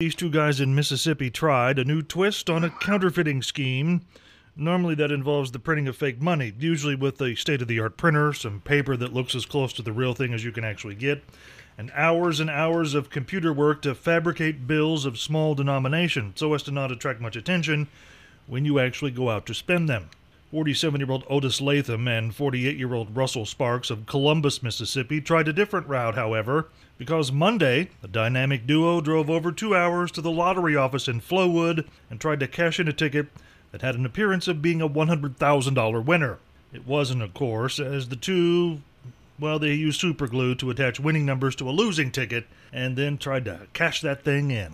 These two guys in Mississippi tried a new twist on a counterfeiting scheme. Normally, that involves the printing of fake money, usually with a state of the art printer, some paper that looks as close to the real thing as you can actually get, and hours and hours of computer work to fabricate bills of small denomination so as to not attract much attention when you actually go out to spend them. 47 year old Otis Latham and 48 year old Russell Sparks of Columbus, Mississippi tried a different route, however, because Monday, the dynamic duo drove over two hours to the lottery office in Flowood and tried to cash in a ticket that had an appearance of being a $100,000 winner. It wasn't, of course, as the two, well, they used super glue to attach winning numbers to a losing ticket and then tried to cash that thing in.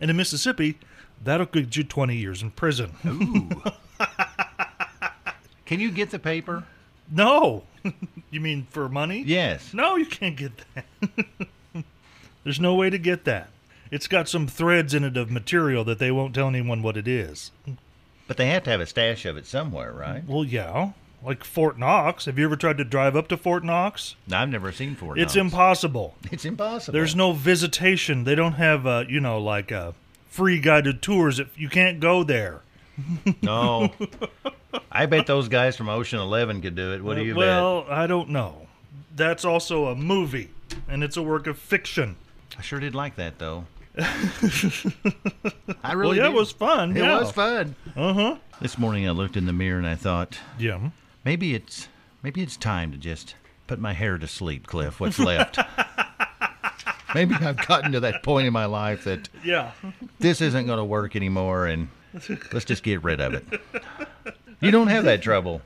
and in Mississippi, that'll get you 20 years in prison. Can you get the paper? No. you mean for money? Yes. No, you can't get that. There's no way to get that. It's got some threads in it of material that they won't tell anyone what it is. But they have to have a stash of it somewhere, right? Well, yeah. Like Fort Knox. Have you ever tried to drive up to Fort Knox? I've never seen Fort It's Knox. impossible. It's impossible. There's no visitation. They don't have, uh, you know, like uh, free guided tours. If you can't go there. no. I bet those guys from Ocean Eleven could do it. What do you well, I don't know. That's also a movie, and it's a work of fiction. bet? I sure did like that though. I really well, yeah, did. it was fun. It yeah. Uh-huh. was fun. Uh huh. This morning I looked in the mirror and I thought Yeah. maybe it's maybe it's time to just put my hair to sleep, Cliff. What's left? maybe I've gotten to that point in my life that Yeah. this isn't going to work anymore and let's just get rid of it. You don't have that trouble.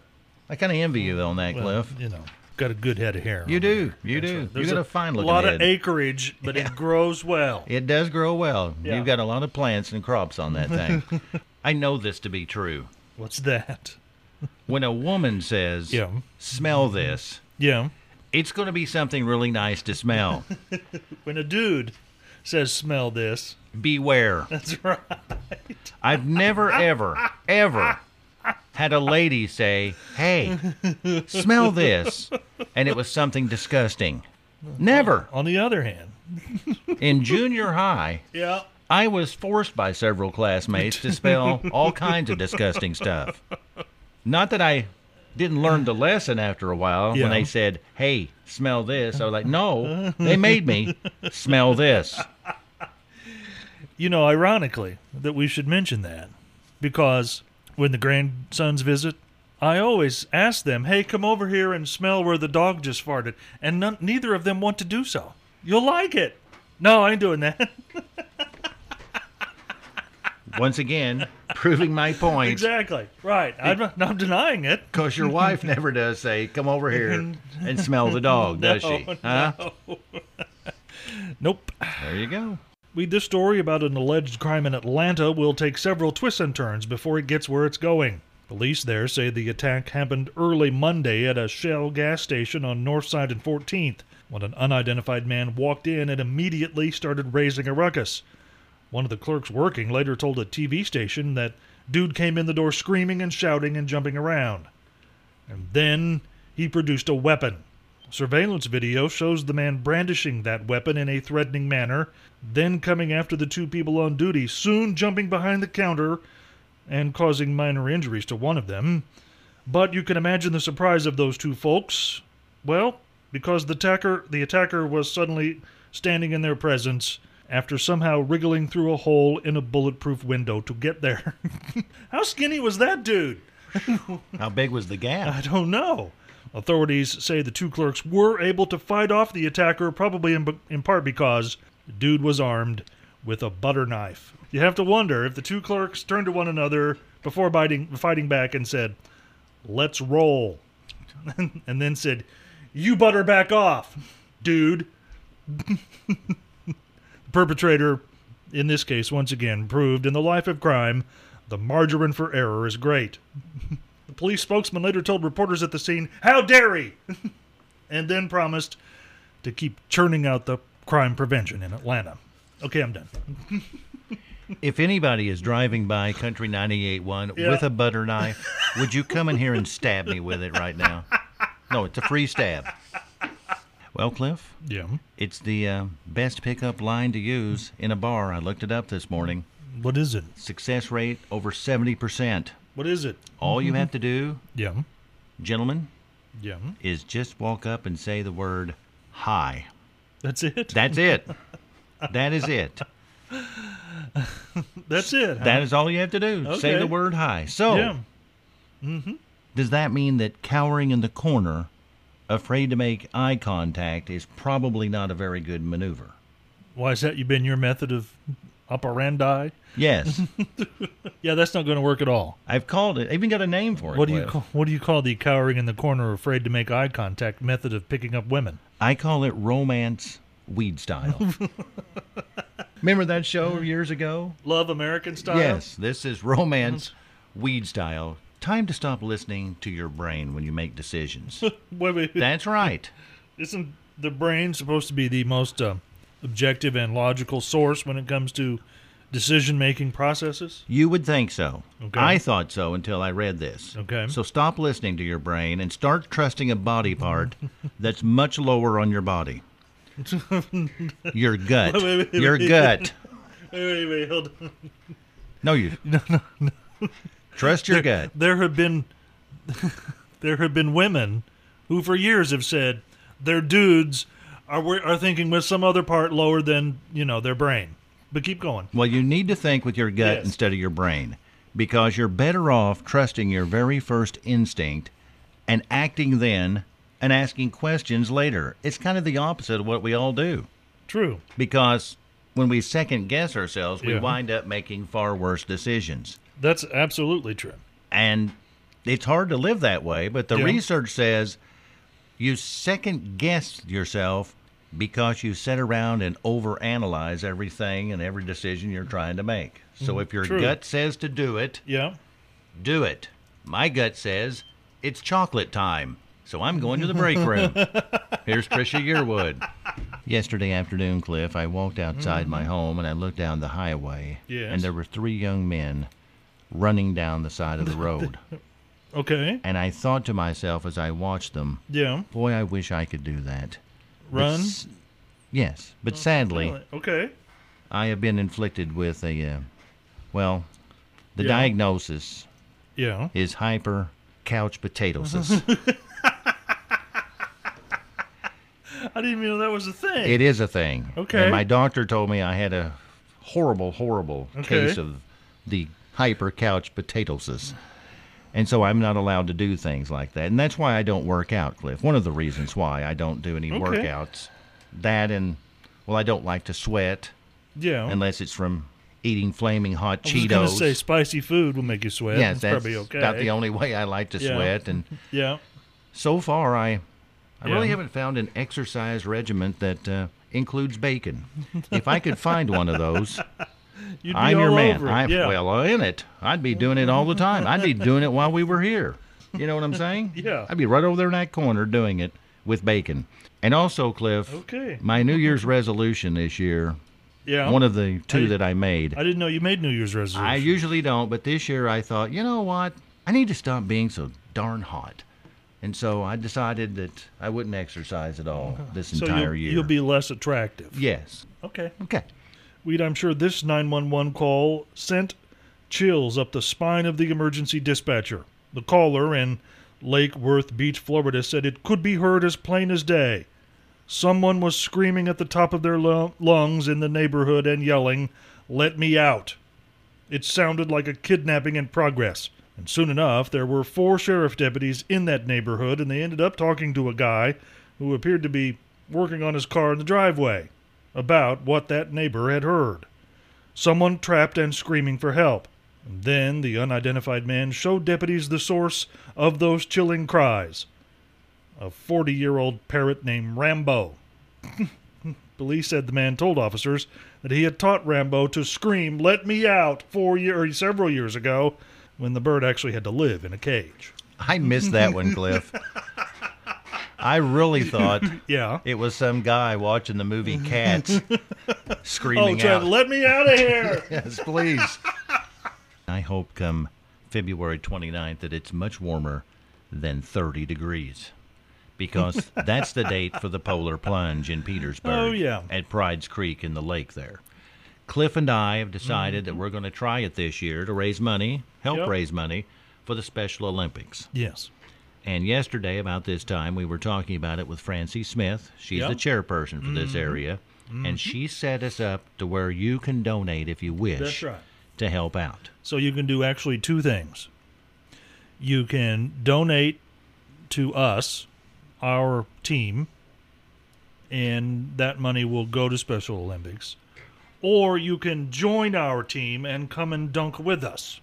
I kind of envy you on that, Cliff. You know, got a good head of hair. You do. You do. You got a fine looking lot head. of acreage, but it grows well. it does grow well. Yeah. You've got a lot of plants and crops on that thing. I know this to be true. What's that? When a woman says, Yeah. smell this, Yeah. it's going to be something really nice to smell. When a dude says, "Smell this," Beware. that's right. I've never, ever, ever had a lady say, Hey, smell this. And it was something disgusting. Never. On the other hand, In junior high, yeah, I was forced by several classmates to spell all kinds of disgusting stuff. Not that I didn't learn the lesson after a while Yeah. when they said, Hey, smell this. I was like, No, they made me smell this. you know, ironically, that we should mention that because when the grandsons visit. I always ask them, "Hey, come over here and smell where the dog just farted," and none, neither of them want to do so. You'll like it. No, I ain't doing that. Once again, proving my point. exactly. Right. I'm not- not denying it. Because your wife never does say, come over here and smell the dog, does she? Huh? Nope. There you go. We, this story about an alleged crime in Atlanta will take several twists and turns before it gets where it's going. Police there say the attack happened early Monday at a Shell gas station on Northside and 14th when an unidentified man walked in and immediately started raising a ruckus. One of the clerks working later told a TV station that dude came in the door screaming and shouting and jumping around. And then he produced a weapon. Surveillance video shows the man brandishing that weapon in a threatening manner, then coming after the two people on duty, soon jumping behind the counter and causing minor injuries to one of them. But you can imagine the surprise of those two folks. Well, because the attacker, the attacker was suddenly standing in their presence after somehow wriggling through a hole in a bulletproof window to get there. How skinny was that dude? How big was the I gap? don't know. Authorities say the two clerks were able to fight off the attacker, probably in, in part because the dude was armed with a butter knife. You have to wonder if the two clerks turned to one another before biting, fighting back and said, Let's roll. and then said, You butter back off. dude. the perpetrator, in this case, once again proved in the life of crime, the margarine for error is great. the police spokesman later told reporters at the scene, How dare he! and then promised to keep churning out the crime prevention in Atlanta. Okay, I'm done. If anybody is driving by Country 98.1 Yeah. with a butter knife, would you come in here and stab me with it right now? No, it's a free stab. Well, Cliff, Yeah. it's the uh, best pickup line to use in a bar. I looked it up this morning. What is it? Success rate over 70%. What is it? All you have to do, Yeah. gentlemen, Yeah. is just walk up and say the word hi. That's it. That's it. that is it. That's it. huh? That is all you have to do. Say Okay. the word hi. So, yeah. does that mean that cowering in the corner, afraid to make eye contact, is probably not a very good maneuver? Why has that you been your method of operandi? Yes. Yeah, that's not going to work at all. I've called it. I even got a name for it. What do you Cliff. call, what do you call the cowering in the corner, afraid to make eye contact method of picking up women? I call it romance weed style. Remember that show years ago? Love American style. Yes, this is romance Mm-hmm. weed style. Time to stop listening to your brain when you make decisions. Wait, wait, That's right. isn't the brain supposed to be the most uh, objective and logical source when it comes to decision making processes? You would think so. Okay. I thought so until I read this. Okay. So stop listening to your brain and start trusting a body part that's much lower on your body. your gut. Wait, wait, wait, your wait. gut. Wait, wait, wait, hold on. No, you. No, no, no. Trust your gut. There have been there have been women who for years have said their dudes are wor- are thinking with some other part lower than, you know, their brain. But keep going. Well, you need to think with your gut Yes. instead of your brain because you're better off trusting your very first instinct and acting then and asking questions later. It's kind of the opposite of what we all do. True. because when we second guess ourselves, we Yeah. wind up making far worse decisions. That's absolutely true. And it's hard to live that way, but the Yeah. research says you second guess yourself because you sit around and overanalyze everything and every decision you're trying to make. So if your Mm-hmm. True. gut says to do it, Yeah. do it. My gut says it's chocolate time, so I'm going to the break room. Here's Trisha Yearwood. Yesterday afternoon, Cliff, I walked outside my home and I looked down the highway, Mm-hmm. Yes. and there were three young men running down the side of the road. Okay. and I thought to myself as I watched them, Yeah. boy, I wish I could do that. But Run. Oh, s- yes, but sadly, Okay. I have been inflicted with a, uh, well, the Yeah. diagnosis Yeah. is hyper couch Mm-hmm. potatosis. I didn't even know that was a thing. it is a thing. Okay. And my doctor told me I had a horrible, horrible Okay. case of the hyper couch potatosis. And so I'm not allowed to do things like that. And that's why I don't work out, Cliff. One of the reasons why I don't do any workouts. That and, well, I don't like to sweat yeah. unless it's from eating flaming hot I was Cheetos. gonna say spicy food will make you sweat. yes, it's that's probably okay. about the only way I like to Yeah. sweat. And yeah. so far I I really Yeah. haven't found an exercise regiment that uh, includes bacon. If I could find one of those, You'd be I'm all your man. over it. I yeah. well in it. I'd be doing it all the time. I'd be doing it while we were here. You know what I'm saying? Yeah. I'd be right over there in that corner doing it with bacon. And also, Cliff, Okay. my New Year's resolution this year, yeah. one of the two I- that I made. I didn't know you made New Year's resolutions. I usually don't, but this year I thought, you know what? I need to stop being so darn hot. And so I decided that I wouldn't exercise at all this so entire you'll, year. you'll be less attractive. Yes. Okay. Okay. Weed, I'm sure this 911 call sent chills up the spine of the emergency dispatcher. The caller in Lake Worth Beach, Florida said it could be heard as plain as day. Someone was screaming at the top of their lu- lungs in the neighborhood and yelling, Let me out. It sounded like a kidnapping in progress. And soon enough, there were four sheriff deputies in that neighborhood, and they ended up talking to a guy who appeared to be working on his car in the driveway about what that neighbor had heard. Someone trapped and screaming for help. And then the unidentified man showed deputies the source of those chilling cries a 40 year old parrot named Rambo. Police said the man told officers that he had taught Rambo to scream, Let me out, four year, or several years ago, when the bird actually had to live in a cage. I missed that one, Cliff. I really thought Yeah. it was some guy watching the movie Cats Oh, screaming Chad, out, let me out of here. Yes, please. I hope come February 29th that it's much warmer than 30 degrees because that's the date for the polar plunge in Petersburg Oh, yeah. at Pride's Creek in the lake there. Cliff and I have decided that we're going to try it this year to raise money, help Mm-hmm. Yep. raise money for the Special Olympics. yes. And yesterday, about this time, we were talking about it with Francie Smith. She's Yeah. the chairperson for this Mm-hmm. area. And she set us up to where you can donate if you wish That's right. to help out. So you can do actually two things. You can donate to us, our team, and that money will go to Special Olympics. Or you can join our team and come and dunk with us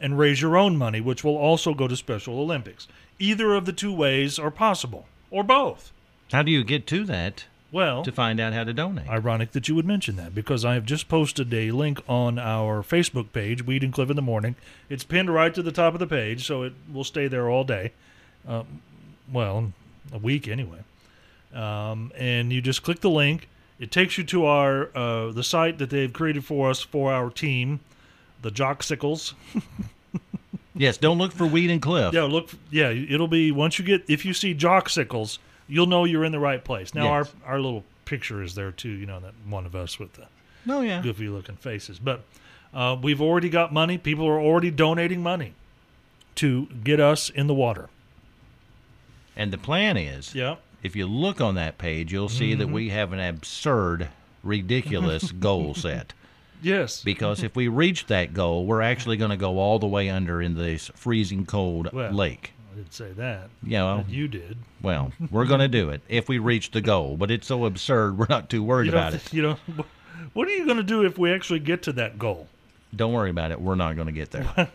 and raise your own money, which will also go to Special Olympics. Either of the two ways are possible, or both. How do you get to that Well, to find out how to donate? Ironic that you would mention that because I have just posted a link on our Facebook page, Weed and Cliff in the Morning. It's pinned right to the top of the page, so it will stay there all day. Um, well, a week anyway. Um, and you just click the link. It takes you to our uh, the site that they've created for us for our team, the Jocksicles. yes, don't look for Weed and Cliff. Yeah, look. Yeah, it'll be once you get if you see Jocksicles, you'll know you're in the right place. Now Yes. our our little picture is there too. You know that one of us with the No, yeah. goofy looking faces. But uh, we've already got money. People are already donating money to get us in the water. And the plan is Yeah. if you look on that page, you'll see that we have an absurd, ridiculous goal set. Yes. Because if we reach that goal, we're actually going to go all the way under in this freezing cold Well, lake. I didn't say that. You know, You did. Well, we're going to do it if we reach the goal, but it's so absurd we're not too worried You about know, it. you know, what are you going to do if we actually get to that goal? Don't worry about it. We're not going to get there.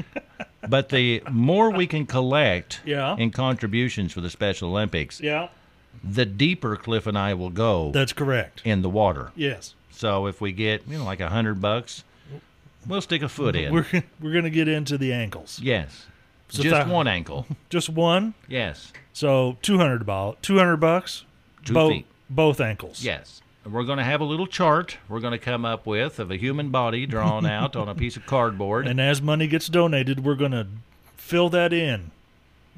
but the more we can collect Yeah. in contributions for the Special Olympics, Yeah. the deeper Cliff and I will go That's correct. in the water. Yes. So if we get, you know, like a hundred bucks, we'll stick a foot in. We're, we're going to get into the ankles. yes. So Just thou- one ankle. Just one. Yes. So 200 about 200 bucks. Two Bo- feet. Both ankles. Yes. We're going to have a little chart we're going to come up with of a human body drawn out on a piece of cardboard. And as money gets donated, we're going to fill that in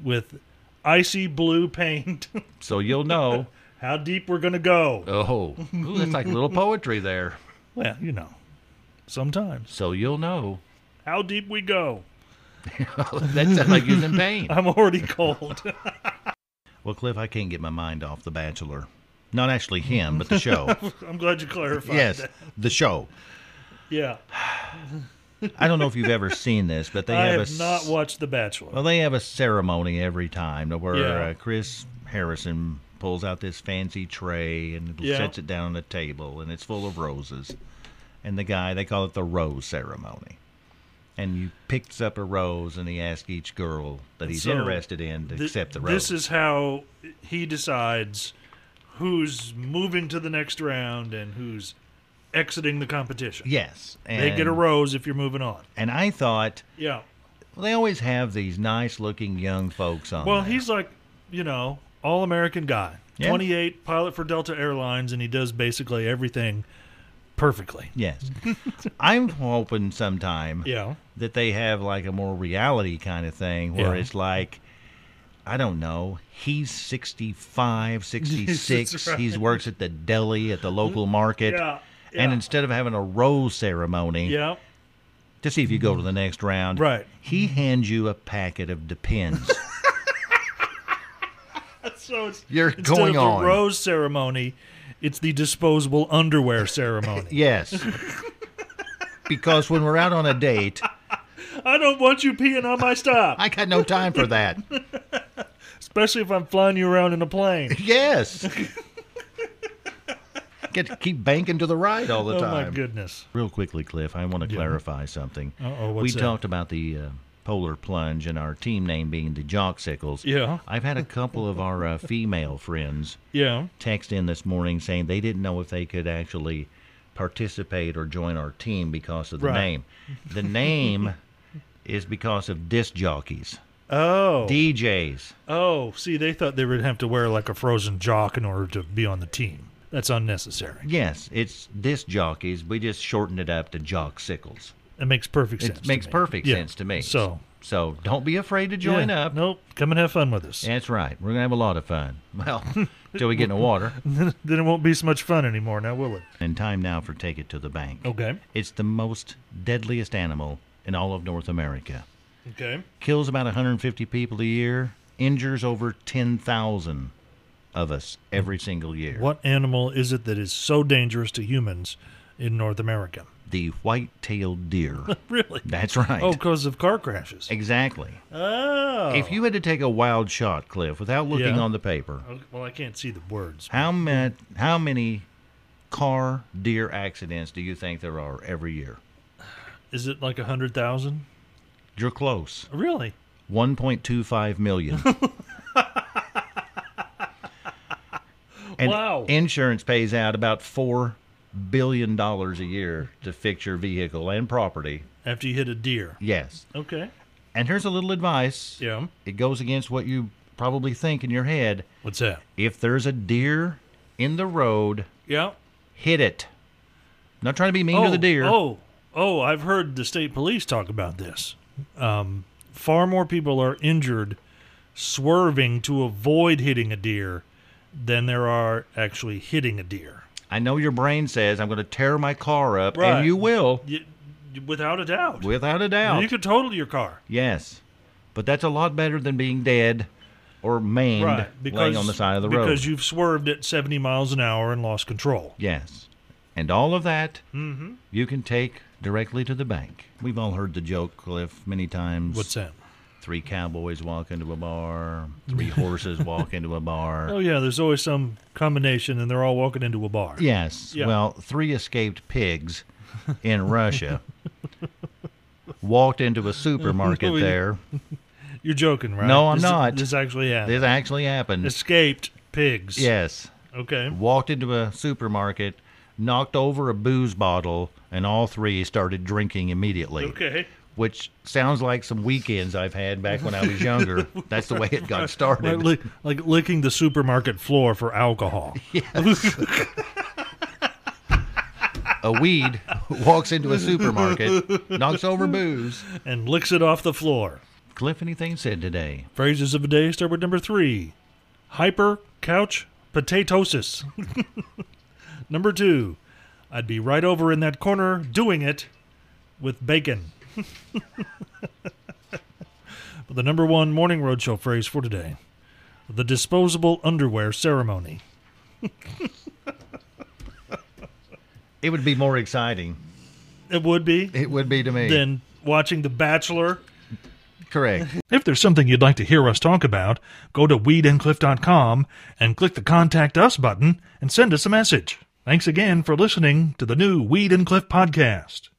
with icy blue paint. so you'll know How deep we're going to go. Oh, Ooh, that's like little poetry there. Well, you know, sometimes. So you'll know. How deep we go. that sounds like you're in pain. I'm already cold. Well, Cliff, I can't get my mind off The Bachelor. Not actually him, but the show. I'm glad you clarified yes, that. the show. Yeah. I don't know if you've ever seen this, but they I have, have a s- not watched The Bachelor. well, they have a ceremony every time to where Yeah. uh, Chris Harrison pulls out this fancy tray and Yeah. sets it down on a table, and it's full of roses. And the guy, they call it the rose ceremony. And he picks up a rose and he asks each girl that he's So, interested in to Th- accept the rose. this is how he decides who's moving to the next round and who's exiting the competition. Yes, and, They get a rose if you're moving on. And I thought Yeah. well, they always have these nice-looking young folks on. Well, there. he's like, you know, all American guy. Yeah. 28, pilot for Delta Airlines, and he does basically everything perfectly. yes. I'm hoping sometime Yeah. that they have like a more reality kind of thing where Yeah. it's like. I don't know. He's 65, 66. right. He works at the deli at the local market. Yeah, And yeah. instead of having a rose ceremony Yeah. to see if you go to the next round, Right. he hands you a packet of Depends. So it's You're instead going of the on. rose ceremony, it's the disposable underwear ceremony. yes. because when we're out on a date, I don't want you peeing on my stop, I got no time for that. especially if I'm flying you around in a plane. Yes. Get to keep banking to the right all the Oh my time. goodness. Real quickly, Cliff, I want to clarify something. Uh-oh, what's we that? talked about the uh, Polar Plunge and our team name being the Jocksicles, Yeah. I've had a couple of our uh, female friends Yeah. text in this morning saying they didn't know if they could actually participate or join our team because of the Right. name. The name is because of disc jockeys, Oh. DJs. oh, see, they thought they would have to wear like a frozen jock in order to be on the team. That's unnecessary. Yes, it's disc jockeys. We just shortened it up to jock sickles. It makes perfect sense. It to makes me. perfect Yeah. sense to me. So so don't be afraid to join yeah. up. Nope. Come and have fun with us. That's right. We're gonna have a lot of fun. Well, till we get in the water. then it won't be so much fun anymore, now will it? And time now for take it to the bank. Okay. It's the most deadliest animal in all of North America. Okay. Kills about 150 people a year. Injures over 10,000 of us every single year. What animal is it that is so dangerous to humans in North America? The white-tailed deer. Really? That's right. Oh, because of car crashes. Exactly. Oh. If you had to take a wild shot, Cliff, without looking Yeah. on the paper, Okay, Oh, Well, I can't see the words. how many how many car deer accidents do you think there are every year? Is it like a hundred thousand? You're close. Really? 1.25 million. and Wow. insurance pays out about 4 billion dollars a year to fix your vehicle and property. After you hit a deer. Yes. Okay. And here's a little advice. Yeah. It goes against what you probably think in your head. What's that? If there's a deer in the road, Yeah. hit it. I'm not trying to be mean oh, to the deer. Oh, oh! I've heard the state police talk about this. Um, far more people are injured swerving to avoid hitting a deer than there are actually hitting a deer. I know your brain says I'm going to tear my car up, Right. and you will, Y y- without a doubt. without a doubt. You could total your car. Yes, but that's a lot better than being dead or maimed right. Because, laying on the side of the road. Because you've swerved at 70 miles an hour and lost control. yes, and all of that Mm-hmm. you can take directly to the bank. We've all heard the joke, Cliff, many times. What's that? Three cowboys walk into a bar. Three horses walk into a bar. Oh, yeah, there's always some combination, and they're all walking into a bar. Yes. Yeah. Well, three escaped pigs in Russia walked into a supermarket No, you- there. You're joking, right? No, I'm This- not. This actually happened. This actually happened. Escaped pigs. yes. Okay. Walked into a supermarket, knocked over a booze bottle, and all three started drinking immediately. Okay. Which sounds like some weekends I've had back when I was younger. That's the way it got started. Like, lick- like licking the supermarket floor for alcohol. A weed walks into a supermarket, knocks over booze. and licks it off the floor. Cliff, anything said today? Phrases of the day start with number three hyper couch potatosis. number two, I'd be right over in that corner doing it with bacon. but the number one morning roadshow phrase for today the disposable underwear ceremony. It would be more exciting. It would be It would be to me. than watching The Bachelor. Correct. If there's something you'd like to hear us talk about, go to weedandcliff.com and click the Contact Us button and send us a message. Thanks again for listening to the new Weed and Cliff podcast.